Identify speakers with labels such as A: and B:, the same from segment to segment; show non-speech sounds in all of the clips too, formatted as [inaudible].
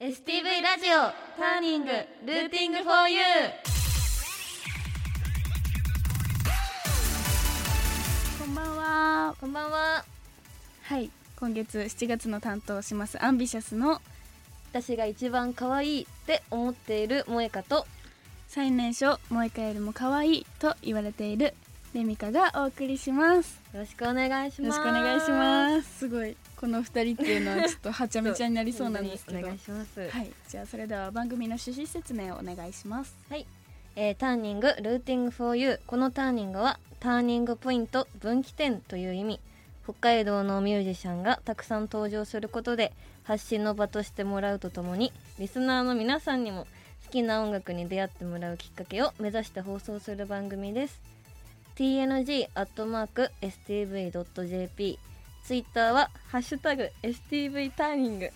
A: STV ラジオターニングルーティングフォーユー
B: こんばんは。
A: こんばんは
B: はい、今月7月の担当をしますアンビシャスの
A: 私が一番可愛いって思っている萌香と
B: 最年少萌香よりも可愛いと言われているレミカがお送りします。
A: よろしくお願いし
B: よ
A: ま
B: ろ
A: す
B: しくお願いします。すごいこの二人っていうのはちょっとはちゃめちゃになり [laughs] そうなんですけ
A: お
B: ど。は
A: 願い
B: い、
A: しますはい、
B: じゃあそれでは番組の趣旨説明をお願いします。
A: えーターニングルーティングフォーユーこのターニングはターニングポイント分岐点という意味北海道のミュージシャンがたくさん登場することで発信の場としてもらうとともにリスナーの皆さんにも好きな音楽に出会ってもらうきっかけを目指して放送する番組です tng.stv.jp ツイッターは「ハッシュタグ #stv ターニング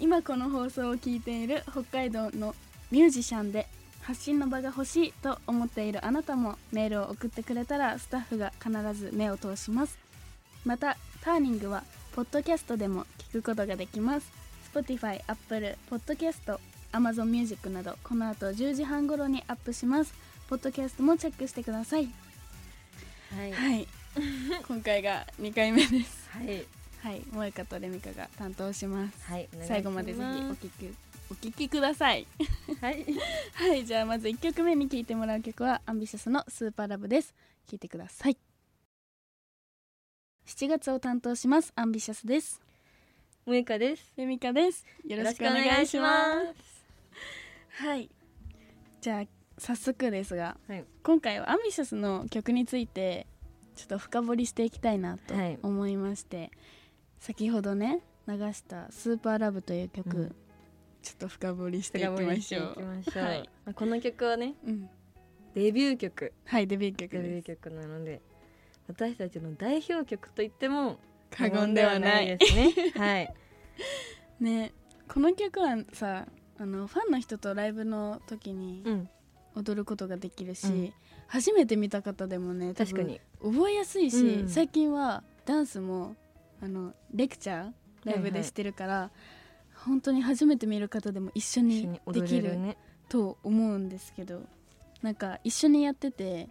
B: 今この放送を聞いている北海道のミュージシャンで発信の場が欲しいと思っているあなたもメールを送ってくれたらスタッフが必ず目を通しますまたターニングはポッドキャストでも聞くことができます Spotify、Apple、Podcast、Amazon Music などこの後10時半頃にアップしますポッドキャストもチェックしてください」
A: はい
B: はい [laughs] 今回が2回目です
A: はい、
B: はい萌香とレミカが担当します
A: はい、お願いしす
B: 最後までぜひお聞きお聞きください
A: はい
B: [laughs] はいじゃあまず1曲目に聴いてもらう曲はアンビシャスの「スーパーラブ」です聴いてください7月を担当しますアンビシャスです
A: 萌香です
B: レミカですよろしくお願いしますはいじゃあ早速ですが、
A: はい
B: 今回はアンビシャスの曲についてちょっと深掘りしていきたいなと
A: はい
B: 思いまして、先ほどね流した「スーパーラブ」という曲、
A: うん
B: ちょっと深掘りしていき
A: 深掘
B: ま
A: りし
B: して
A: い
B: ょ
A: き
B: う。
A: ましょう、
B: はい
A: まあこの曲はね
B: うん、
A: デビュー曲
B: はいデビュー曲
A: デビュー
B: です
A: 曲なので私たちの代表曲と言っても
B: 過言ではない
A: 過言ではないですね [laughs] はい
B: ねこの曲はさあのファンの人とライブの時に
A: うん
B: 踊ることができるし、
A: うん
B: 初めて見た方でもね多分
A: 確かに
B: 覚えやすいし、
A: うん
B: 最近はダンスもあのレクチャーライブでしてるから、本当に初めて見る方でも一
A: 一緒
B: 緒に
A: に
B: で
A: 踊
B: き
A: れる
B: る
A: ね
B: と思うんですけどなんか一緒にやってて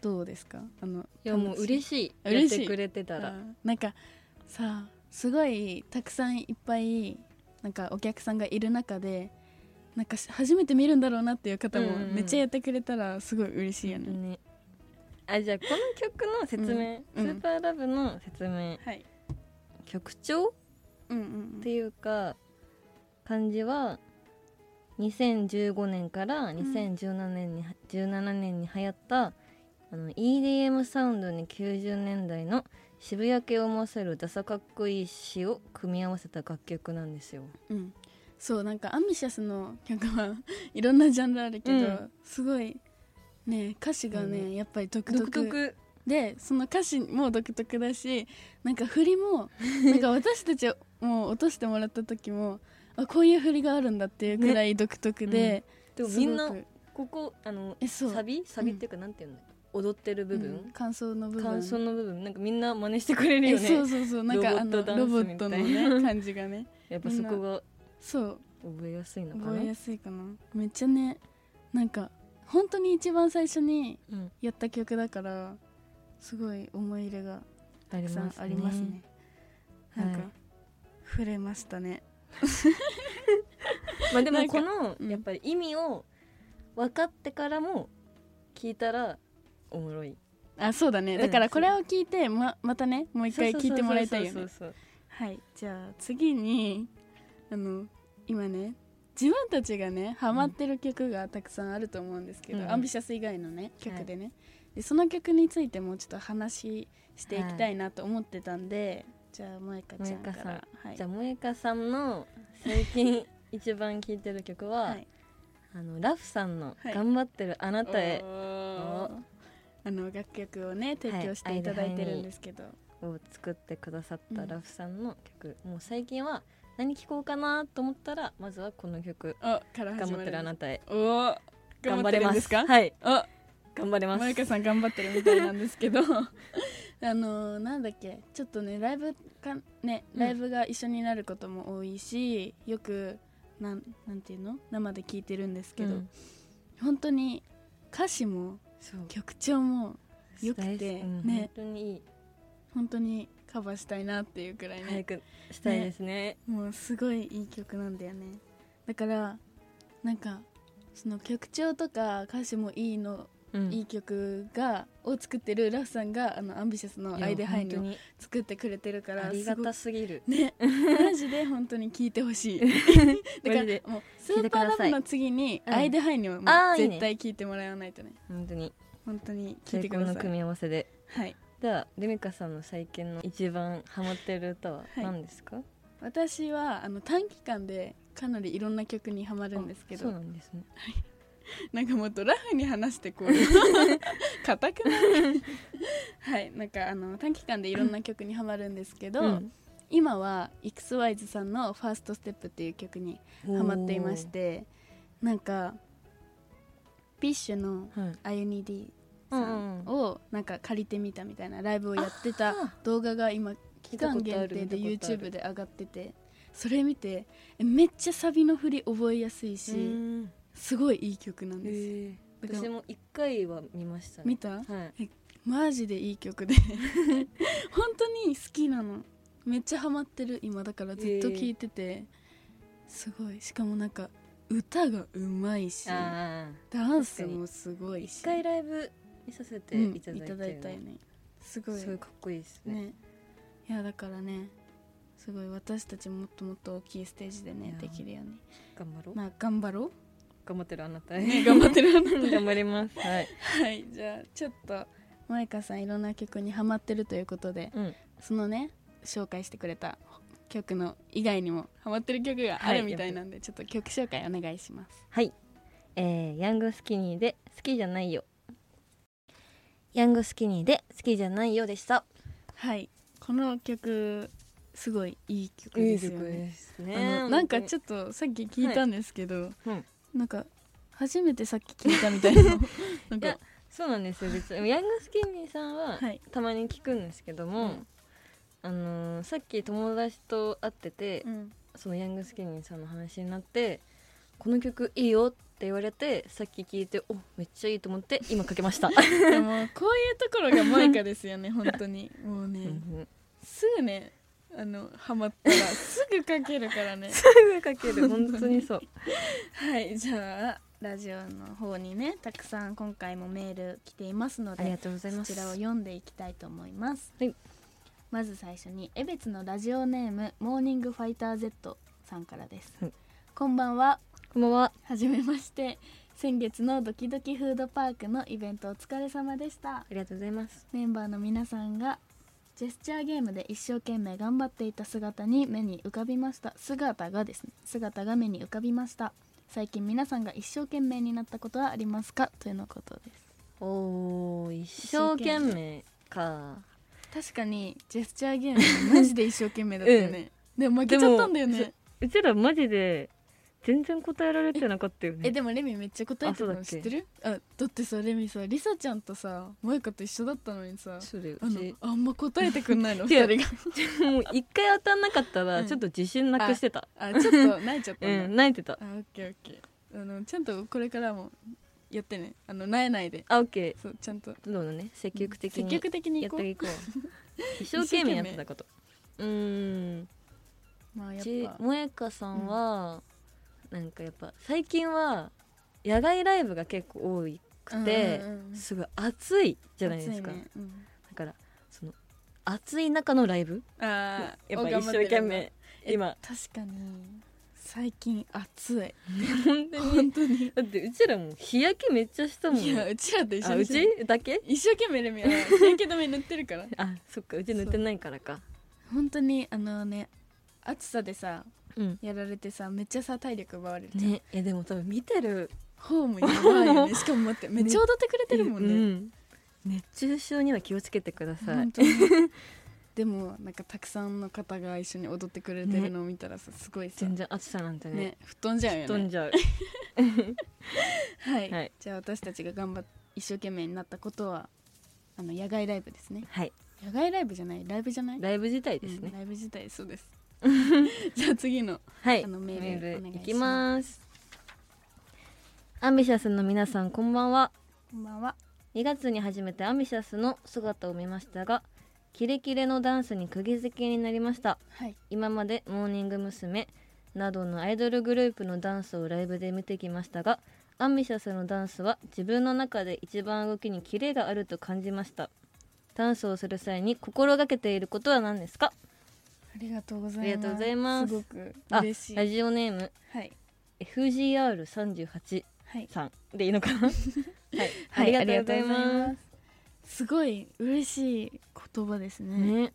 B: どうですかあの
A: いやもう嬉
B: し
A: しい
B: 嬉しい
A: やってくれてたら
B: なんかさすごいたくさんいっぱいなんかお客さんがいる中でなんか初めて見るんだろうなっていう方も
A: うんうん
B: めっちゃやってくれたらすごい嬉しいよね。
A: ねあじゃあこの曲の説明、
B: うん
A: スーパーラブの説明
B: はい、
A: 曲調っ
B: うんうん
A: ていうか感じは2015年から2017年に、17年に流行ったあの EDM サウンドに90年代の渋谷系を思わせるダサかっこいい詩を組み合わせた楽曲なんですよ。
B: うん、そうなんかアンビシャスの曲は [laughs] いろんなジャンルあるけど、
A: うん
B: すごいね歌詞がね、
A: うん
B: やっぱり独特
A: 独特
B: でその歌詞も独特だしなんか振
A: [laughs]
B: りもなんか私たちも落としてもらった時もあこういう振りがあるんだっていうくらい独特で、
A: ねでもみん
B: す
A: な
B: ごく
A: ここあの
B: えそう
A: サビサビっていうかなんていうの、踊ってる部
B: うん
A: 分、
B: 感想の部分
A: 感想の部分なんかみんな真似してくれる
B: え
A: よ
B: そう
A: ね。
B: そうそうなんかあの
A: ロボットダンス
B: ロボットの
A: みたいな [laughs]
B: ね感じがね
A: やっぱそこが
B: そう
A: 覚えやすいのか
B: 覚え
A: な
B: や。すいかなめっちゃねなんか本当に一番最初に
A: うん、
B: やった曲だからすごい思い入れが
A: あ
B: た
A: り
B: くさ
A: ま
B: ん
A: す
B: ありますね
A: ね。
B: なんか、
A: はい
B: 触れましたね
A: まあで
B: な
A: も
B: んか
A: この
B: うん
A: やっぱり意味を分かってからも聞いたらおもろい
B: あそうだね、
A: うん
B: だからこれを聞いてままたねもう一回聞いてもらいたいよ
A: そう
B: ね
A: そうそう
B: はいじゃあ次にあの今ね自分たちがねハマってる曲がたくさんあると思うんですけど、
A: うん
B: アンビシャス以外のね曲でね、でその曲についてもちょっと話していきたいなと思ってたんで、じゃあ萌香ちゃんから
A: 萌香さん
B: は
A: そう
B: い
A: じゃあ萌歌さんの最近一番聞いてる曲は、
B: はい
A: あのラフさんの
B: は
A: 「
B: い
A: 頑張ってるあなたへ
B: おーあの楽曲をね提供していただいてるんですけど、」
A: を作ってくださっ
B: う
A: た
B: ん
A: ラフさんの曲、もう最近は何聴こうかなと思ったらまずはこの曲
B: おか
A: 「
B: ら
A: 頑
B: 始ま
A: 張ってるあ
B: る
A: なたへ
B: おー」頑張ってるんですか
A: 頑張れますはい
B: お
A: 頑張れます
B: 萌香さん頑張ってるみたいなんですけどあ [laughs] あのーなんだっけちょっとねライブかね
A: うん
B: ライブが一緒になることも多いし、よくなんなんていうの生で聞いてるんですけ
A: う
B: ど、
A: ん
B: 本当に歌詞も
A: そう
B: 曲調もよくて、
A: うん
B: ね
A: 本当にいい
B: 本当にカバーしたいなっていうくらいね、
A: 早くしたいですね
B: もうすごいいい曲なんだよねだからなんかその曲調とか歌詞もいいの、
A: うん
B: いい曲がを作ってるラフさんがあのアンビシャスのアイデハ
A: い
B: イに
A: や本
B: 作ってくれてるか
A: 当に
B: ら
A: あり
B: す
A: が
B: ごく
A: たすぎる
B: ねマジで本当に聴いて
A: [laughs]
B: ほしいだから
A: マジで
B: もうス
A: 聞い
B: ー
A: てく
B: パー
A: だ
B: ラ
A: さ
B: ブ
A: い
B: の次に
A: うん
B: アイデハイにはも
A: あ
B: う
A: ーいいね
B: 絶対聴いてもらわないとね
A: 本当に
B: 本当に聴い
A: 最
B: てく
A: 高
B: だ
A: の
B: さい
A: 組み合わせで
B: はい
A: ではレミカさんの最近の一番ハマってる歌は
B: はい
A: 何ですか、
B: 私はあの短期間でかなりいろんな曲にハマるんですけ
A: あそ
B: ど
A: うなんですね
B: なんかもっとラフに話して
A: [laughs]
B: こう硬くないはいなんかあの短期間でいろんな曲にハマるんですけど、
A: うん
B: 今は XYZ さんの「ファーストステップっていう曲にハマっていましてなんかビッシュの
A: おーはい
B: 「IUND」さ
A: うん
B: んをなんか借りてみたみたいなライブをやってた
A: あ
B: 動画が今期間
A: 見たことある
B: 限定で
A: 見たことある
B: YouTube で上がっててそれ見てえめっちゃサビの振り覚えやすい
A: ーう
B: し
A: ん
B: すごいいい曲なんですよ
A: えー
B: だから
A: 私も一回は見ましたね
B: 見た
A: はい
B: マジでいい
A: [laughs]
B: 曲で本当に好きなのめっちゃハマってる今だからずっと聴いてて、すごいしかもなんか歌がうまいし
A: ああ
B: ダンスもすごいし
A: 一回ライブ見させて
B: うん
A: いただいて、
B: いたよねすごい
A: すごいかっこいいですね
B: ねいやだからねすごい私たちもっともっと大きいステージで
A: い
B: ね
A: や
B: できるように
A: 頑張ろう、
B: まあ頑張ろ
A: 頑張ってるあなた
B: う、
A: へ
B: [laughs] 頑張ってる
A: [laughs] 頑張りますはい、
B: [laughs] はいじゃあちょっとマイカさんいろんな曲にハマってるということで
A: うん、
B: そのね紹介してくれた曲の以外にもハマってる曲があるみたいなんで、ちょっと曲紹介お願いします
A: はい、えーヤングスキニーで好きじゃないよヤングスキニーで好きじゃないよでした
B: はいこの曲すごいいい曲ですよね
A: す
B: あのなんか
A: ょ
B: ちょっとさっき聞いたんですけど、
A: うん
B: なんか初めてさっき聞いたみたいななん
A: いや
B: か
A: そうなんですよ別にヤングスキニーさんは
B: はい
A: たまに聞くんですけども、
B: うん
A: あのーさっき友達と会ってて、
B: うん
A: そのヤングスキニーさんの話になって「この曲いいよ」って言われてさっき聞いて「おめっちゃいい」と思って今かけました、
B: でもこういうところがマイカですよね本当にもう
A: [laughs]
B: ね、
A: うん
B: すぐねあのハマったらすぐかける [laughs] からね
A: すぐかける本当にそう
B: はいじゃあラジオの方にねたくさん今回もメール来ています
A: [laughs]
B: の
A: ありが
B: で
A: とうござい
B: そ
A: ます
B: ちらを読んでいきたいと思います、
A: はい
B: まず最初に江別のラジオネームモーニングファイター Z さんからです、
A: はい
B: こんばんは
A: こんばんは
B: はじめまして先月のドキドキフードパークのイベントお疲れ様でした
A: ありがとうございます
B: メンバーの皆さんがジェスチャーゲームで一生懸命頑張っていた姿に目に浮かびました姿がですね姿が目に浮かびました最近皆さんが一生懸命になったことはありますかというのことで
A: おー一生懸命か
B: す確かにジェスチャーゲームマジで一生懸命だったよね、でも負けちゃったんだよ
A: でも
B: ね
A: うちらマジで全然答えられてなかったよ
B: え
A: ね
B: でもレミめっちゃ答えてた
A: あそうだ
B: の
A: っ
B: 知
A: け
B: ってるあだってさレミさリサちゃんとさ萌香と一緒だったのにさ
A: そうだよ
B: あ
A: う
B: の
A: ち
B: あんま答えてく
A: [laughs]
B: んないの
A: 違う
B: 二人が
A: もう一回当たんなかった
B: う
A: ら
B: ん
A: ちょっと自信なくしてた
B: あちょっと泣いちゃった
A: うん
B: だ、
A: ん泣いてた
B: あオッケーオッケーあのちゃんとこれからもやってねあのなえないで
A: あオッケ
B: そうちゃんと
A: ーどうだね積極的に
B: 積極的に
A: や
B: い
A: っ
B: こ
A: て
B: う
A: いこう
B: [laughs]
A: 一生懸命やってたことうーん
B: まあや
A: ち
B: っぱ
A: 萌香さんは、なんかやっぱ最近は野外ライブが結構多くて、
B: うんうんうんうん
A: すごい暑いじゃないですか、
B: 暑いねうん
A: だからその暑い中のライブ
B: あー
A: やっ
B: お
A: ぱ
B: 頑
A: 一
B: 張て
A: 生
B: る
A: 懸命
B: え
A: 今
B: 確かに最近暑い
A: 本当に
B: 本当に
A: だってうちらも日焼けめっちゃしたもん
B: いやうちらと一緒
A: あ
B: に
A: うちだけ
B: 一生懸命レミは [laughs] 日焼け止め塗ってるから
A: あそっかうち塗ってないからか
B: 本当にあのね暑さでさ
A: うん
B: やられてさめっちゃさ体力奪われるじゃん、
A: ねいやでも多分見てる
B: ホームやばいよ [laughs] ねしかも待ってめっちゃ踊ってくれてるもんね
A: うん熱中症には気をつけてください、
B: 本当にでもなんかたくさんの方が一緒に踊ってくれてるのを見たらさすごいさ、
A: 全
B: ね
A: 然暑さなんてね
B: 吹っ飛んじゃうよ
A: 飛ん
B: ね
A: じゃう
B: はい、
A: はい
B: じゃあ私たちが頑張っ一生懸命になったことはあの野外ライブですね
A: [laughs] はい
B: 野外ライブじゃないライブじゃない
A: ライブ自体です
B: うん
A: ね、
B: ライブ自体そう
A: [laughs]
B: ですじゃあ次の
A: はい
B: あのメールお願いし
A: い
B: ます
A: きますアンビシャスの皆さんこんばんは
B: こんばんは
A: 2月に初めてアンビシャスの姿を見ましたがキレキレのダンスに釘付けになりました
B: はい
A: 今までモーニング娘。などのアイドルグループのダンスをライブで見てきましたがアンビシャスのダンスは自分の中で一番動きにキレがあると感じましたダンスをする際に心がけていることは何ですか
B: ありがとうございます
A: ありがとうございます
B: すごく
A: あ
B: 嬉しい
A: ラジオネーム
B: はい、
A: FGR38
B: はい、
A: さんでいいの
B: [laughs]
A: かなはい、
B: はい
A: ありがとうござい
B: ありがとうござ
A: ま
B: いすごい嬉しい言葉です
A: す
B: ね
A: ね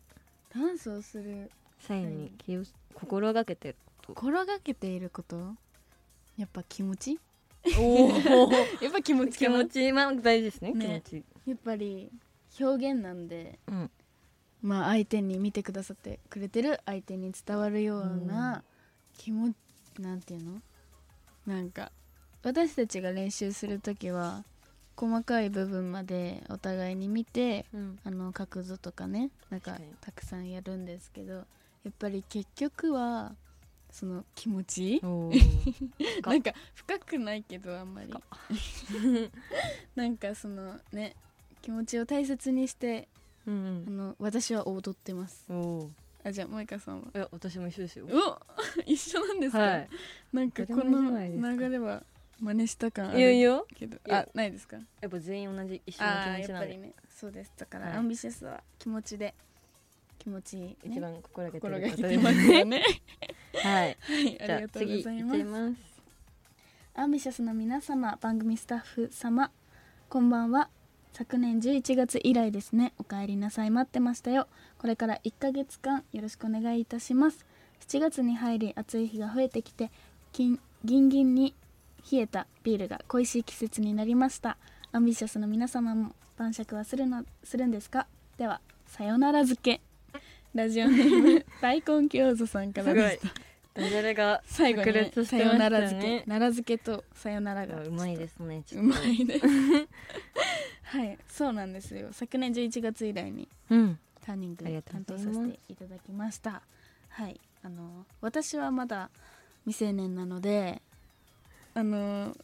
B: ダンスをする
A: 際に気を心がけてる
B: 心がけていることやっぱ気持ち
A: おお
B: やっぱ気持ち
A: 気
B: かな
A: 持ちまあ大事ですね
B: ね
A: 気持ち
B: やっぱり表現なんで
A: うん
B: まあ相手に見てくださってくれてる相手に伝わるような気持ちなんていうのなんか私たちが練習する時は細かい部分までお互いに見て
A: うん
B: あの角度とかねなんか
A: 確かに
B: たくさんやるんですけどやっぱり結局はその気持ち
A: お深
B: なんか深くないけどあんまり [laughs] なんかそのね気持ちを大切にして
A: う
B: あ
A: ん
B: の私は踊ってます
A: うんお
B: あじゃあ萌香さんは
A: え私も一緒ですよ
B: お一緒なんですか、
A: はい
B: なんかこ
A: どれもじゃ
B: の
A: ないですか
B: 流れは真似した感ある
A: いやいや
B: けど
A: いや
B: あないですか
A: やっぱ全員同じ一緒の
B: あー
A: 気持ち
B: やっ
A: な
B: ぱ
A: ん
B: り
A: で
B: ねそうですだから、
A: はい
B: アンビシャスは気持ちで気持ちいい、ね、
A: 一番心がけて
B: 心
A: る
B: が
A: こ
B: け
A: と
B: て
A: で
B: ますすよ
A: [laughs]
B: ね
A: はい
B: はいあ
A: じゃ
B: り
A: あ
B: がとうご
A: 次
B: ざい
A: 行っ
B: ま
A: ちゃい
B: す
A: ます
B: アンビシャスの皆様番組スタッフ様こんばんは昨年11月以来ですねお帰りなさい待ってましたよこれから1ヶ月間よろしくお願いいたします7月に入り暑い日が増えてきてきんギンギンに冷えたビールが恋しい季節になりましたアンビシャスの皆様も晩酌はするのするんですかではさよなら漬けラジオネーム大根教祖さんからでした
A: ダジャレが
B: 最後に、
A: 炸
B: ね
A: 裂し
B: さ
A: てま
B: よ
A: したね
B: なら漬け奈良漬けとさよならが
A: うまいですね
B: ち
A: ち
B: ょ
A: ょ
B: っと
A: っ
B: うまいね [laughs] はいそうなんですよ昨年11月以来に
A: とうん
B: ターニング
A: ありがと
B: 担
A: うご
B: 当
A: ざい
B: さ
A: ます
B: せていただきましたはいあの私はまだ未成年なのであの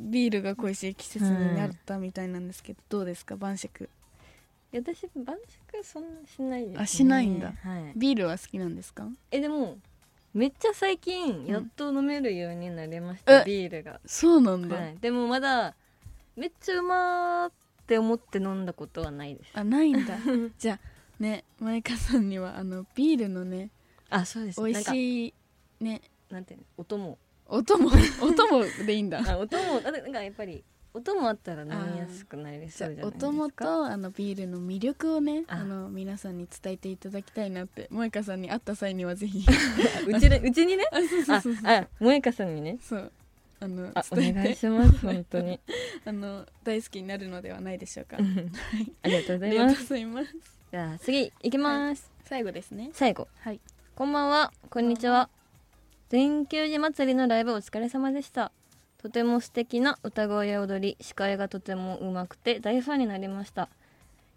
B: ビールが恋しい季節になったみたいなんですけど、どうですか晩酌
A: 私晩酌そんなしないですね
B: あしないんだ
A: はい
B: ビールは好きなんですか
A: えでもめっちゃ最近やっと飲めるようになりました、
B: え
A: ビールが、
B: そうなんだ、
A: はい、でもまだめっちゃうまーって思って飲んだことはないです
B: あないんだ
A: [laughs]
B: じゃあね舞香さんにはあのビールのね
A: あそうで
B: 美味
A: なんか
B: しいね
A: なんていうの音も
B: 音 [laughs] も音もでいいんだ
A: あ音もだってなんかやっぱり音もあったら飲みやすくなり
B: じ
A: そ
B: ゃ
A: うじゃ
B: あ
A: ないですか
B: 音もとあのビールの魅力をね
A: あ
B: あの皆さんに伝えていただきたいなって萌香さんに会った際にはぜひ
A: うちでうちにね
B: あそう [laughs] そう
A: あ
B: そうそう
A: あ萌香さんにね
B: そうあの
A: あお
B: 伝
A: 願
B: え
A: い
B: て
A: します本当
B: [laughs]
A: に
B: あの大好きになるのではないでしょうか、
A: うん
B: はい
A: [laughs] ありがとうござ
B: あり
A: い
B: が
A: ま
B: とう
A: す
B: ございます
A: じゃあ次行きます、
B: 最後ですね
A: 最後
B: はい
A: こんばんは、こんにちは。全球寺祭りのライブお疲れ様でした。とても素敵な歌声や踊り、司会がとても上手くて大ファンになりました。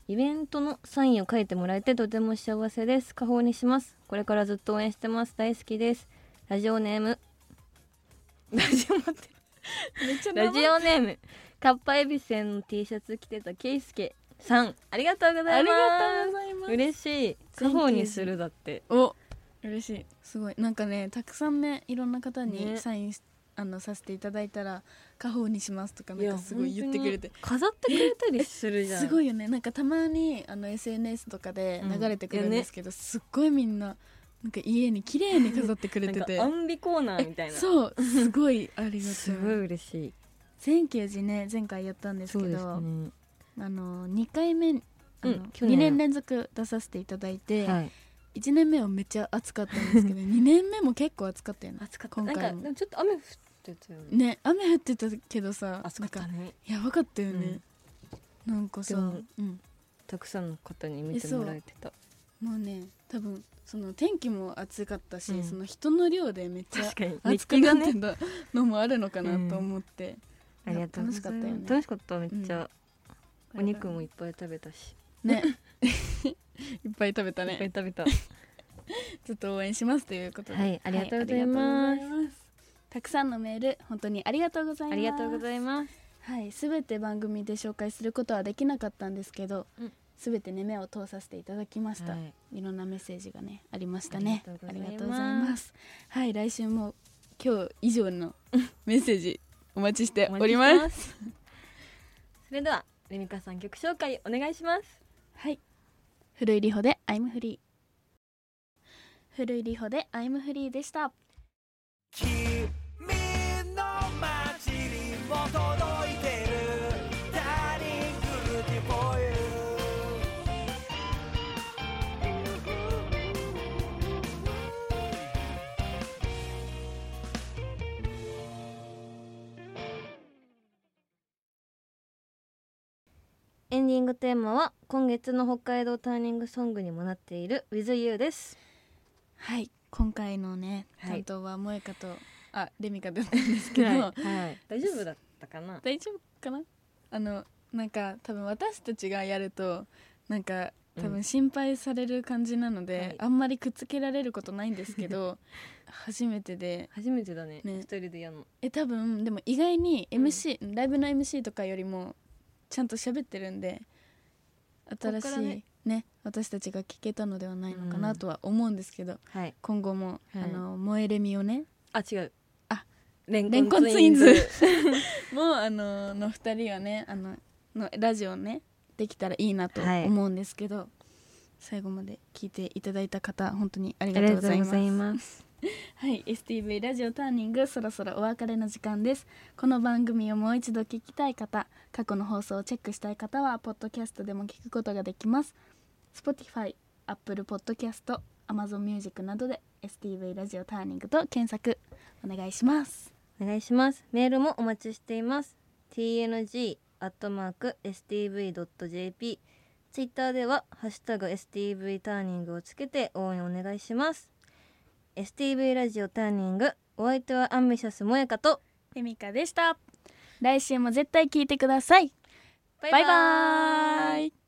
A: イベントのサインを書いてもらえてとても幸せです。加報にします。これからずっと応援してます。大好きです。ラジオネーム。ラジオ待って。
B: めっちゃ
A: ラジオネーム。かっぱえびせんの T シャツ着てたけいすけさん。ありがとうござ
B: あ
A: い
B: り
A: ます。
B: がとうございます
A: 嬉しい。加報にするだって。
B: お嬉しいすごいなんかねたくさんねいろんな方に
A: ね
B: サインし、あのさせていただいたら家宝にしますとか
A: い
B: なん
A: や
B: かすごい言ってくれて
A: 本当に飾ってくれたりするじゃん
B: すごいよねなんかたまにあの SNS とかで流れてくるんですけど、すっごいみんななんか家に綺麗に飾ってくれ
A: なん
B: て
A: か
B: て
A: アンビコーナーみたいな
B: そうすごいありが
A: すごい
B: たい
A: 嬉しい
B: 全球寺ね前回やったんですけど
A: ね
B: あの2回目あの、
A: うん去
B: 2
A: 年
B: 年連続出させていただいて、
A: はい
B: 1年目はめっちゃ暑かったん
A: [laughs]
B: ですけど2年目も結構暑かったよね
A: 暑かったな
B: 今
A: んか
B: 回
A: で
B: も
A: もちょっと雨降ってたよね
B: ね雨降ってたけどさ
A: 暑かった
B: なんか
A: ね
B: やばかったよね、なんかさ、
A: でも
B: うん、
A: たくさんの方に見てもらえてた
B: もうね多分その天気も暑かったし、
A: うん
B: その人の量でめっちゃ
A: [laughs] 確かに
B: 暑くなってたのもあるのかなと思って、
A: ありがとうございます
B: 楽しかったよね
A: 楽しかっためっちゃお肉もい
B: ね
A: [laughs] っぱい食べたし
B: いっぱい食べた
A: いっぱい
B: ね
A: 食べた。
B: ずっと応援しますということで
A: はいありがとうございます
B: ありがとうございますたくさんのメール本当にありがとうございます
A: ありがとうございます。
B: はい、すべて番組で紹介することはできなかったんですけど
A: うん、
B: すべ、てね目を通させていただきました。
A: はいい、
B: ろんなメッセージがねありましたね。あ
A: あり
B: りが
A: が
B: と
A: と
B: う
A: うご
B: ござ
A: ざ
B: い
A: い
B: ま。
A: ます
B: はい、来週も今日以上のメッセージお待ちしております。
A: お待ちしてます。それではレミカさん曲紹介お願いします。
B: はい、古いリホでアイムフリー。古いリホでアイムフリーでした。
C: 君の街にも届いてるダーリングルティフォーユ
A: エンディングテーマは今月の北海道ターニングソングにもなっている With You です。
B: はい、今回のね
A: はい
B: 担当は萌香と、あレミカだったんですけど。
A: はい、大丈夫だったかな。
B: 大丈夫かなあのなんか多分私たちがやるとなんか多
A: う
B: 分
A: ん
B: 心配される感じなので、
A: はい
B: あんまりくっつけられることないんです
A: [laughs]
B: けど初めてで
A: 初めてだね。
B: ね
A: 一人でやるの。
B: え多分でも意外に
A: ん
B: MC、ライブの MC とかよりもちゃんと喋ってるんで
A: っ
B: 新し
A: から
B: いね
A: ね
B: 私たちが聞けたのではないのか
A: う
B: なんとは思うんですけど、
A: はい。
B: 今後も、
A: はい
B: あの萌えレミをね
A: あ違う。
B: あ
A: レン
B: レンコ
A: コ
B: ン
A: ン
B: ツ
A: ツ
B: イ
A: イ
B: ン
A: ン
B: ズ
A: ズ。
B: もうあのの二人はねあののラジオねできたらいいなと
A: はい
B: 思うんですけど、最後まで聞いていただいた方本当にありがとうございます
A: ます。
B: はい、STV ラジオターニングそろそろお別れの時間ですこの番組をもう一度聞きたい方過去の放送をチェックしたい方はポッドキャストでも聞くことができます Spotify、Apple Podcast、Amazon Music などで STV ラジオターニングと検索お願いします
A: お願いします。メールもお待ちしています。tng アットマーク stv ドット jp。ツイッターではハッシュタグ stv ターニングをつけて応援お願いします。stv ラジオターニング。お相手はアンビシャスもやかと。
B: レミカでした来週も絶対聞いてくださいバイバーイ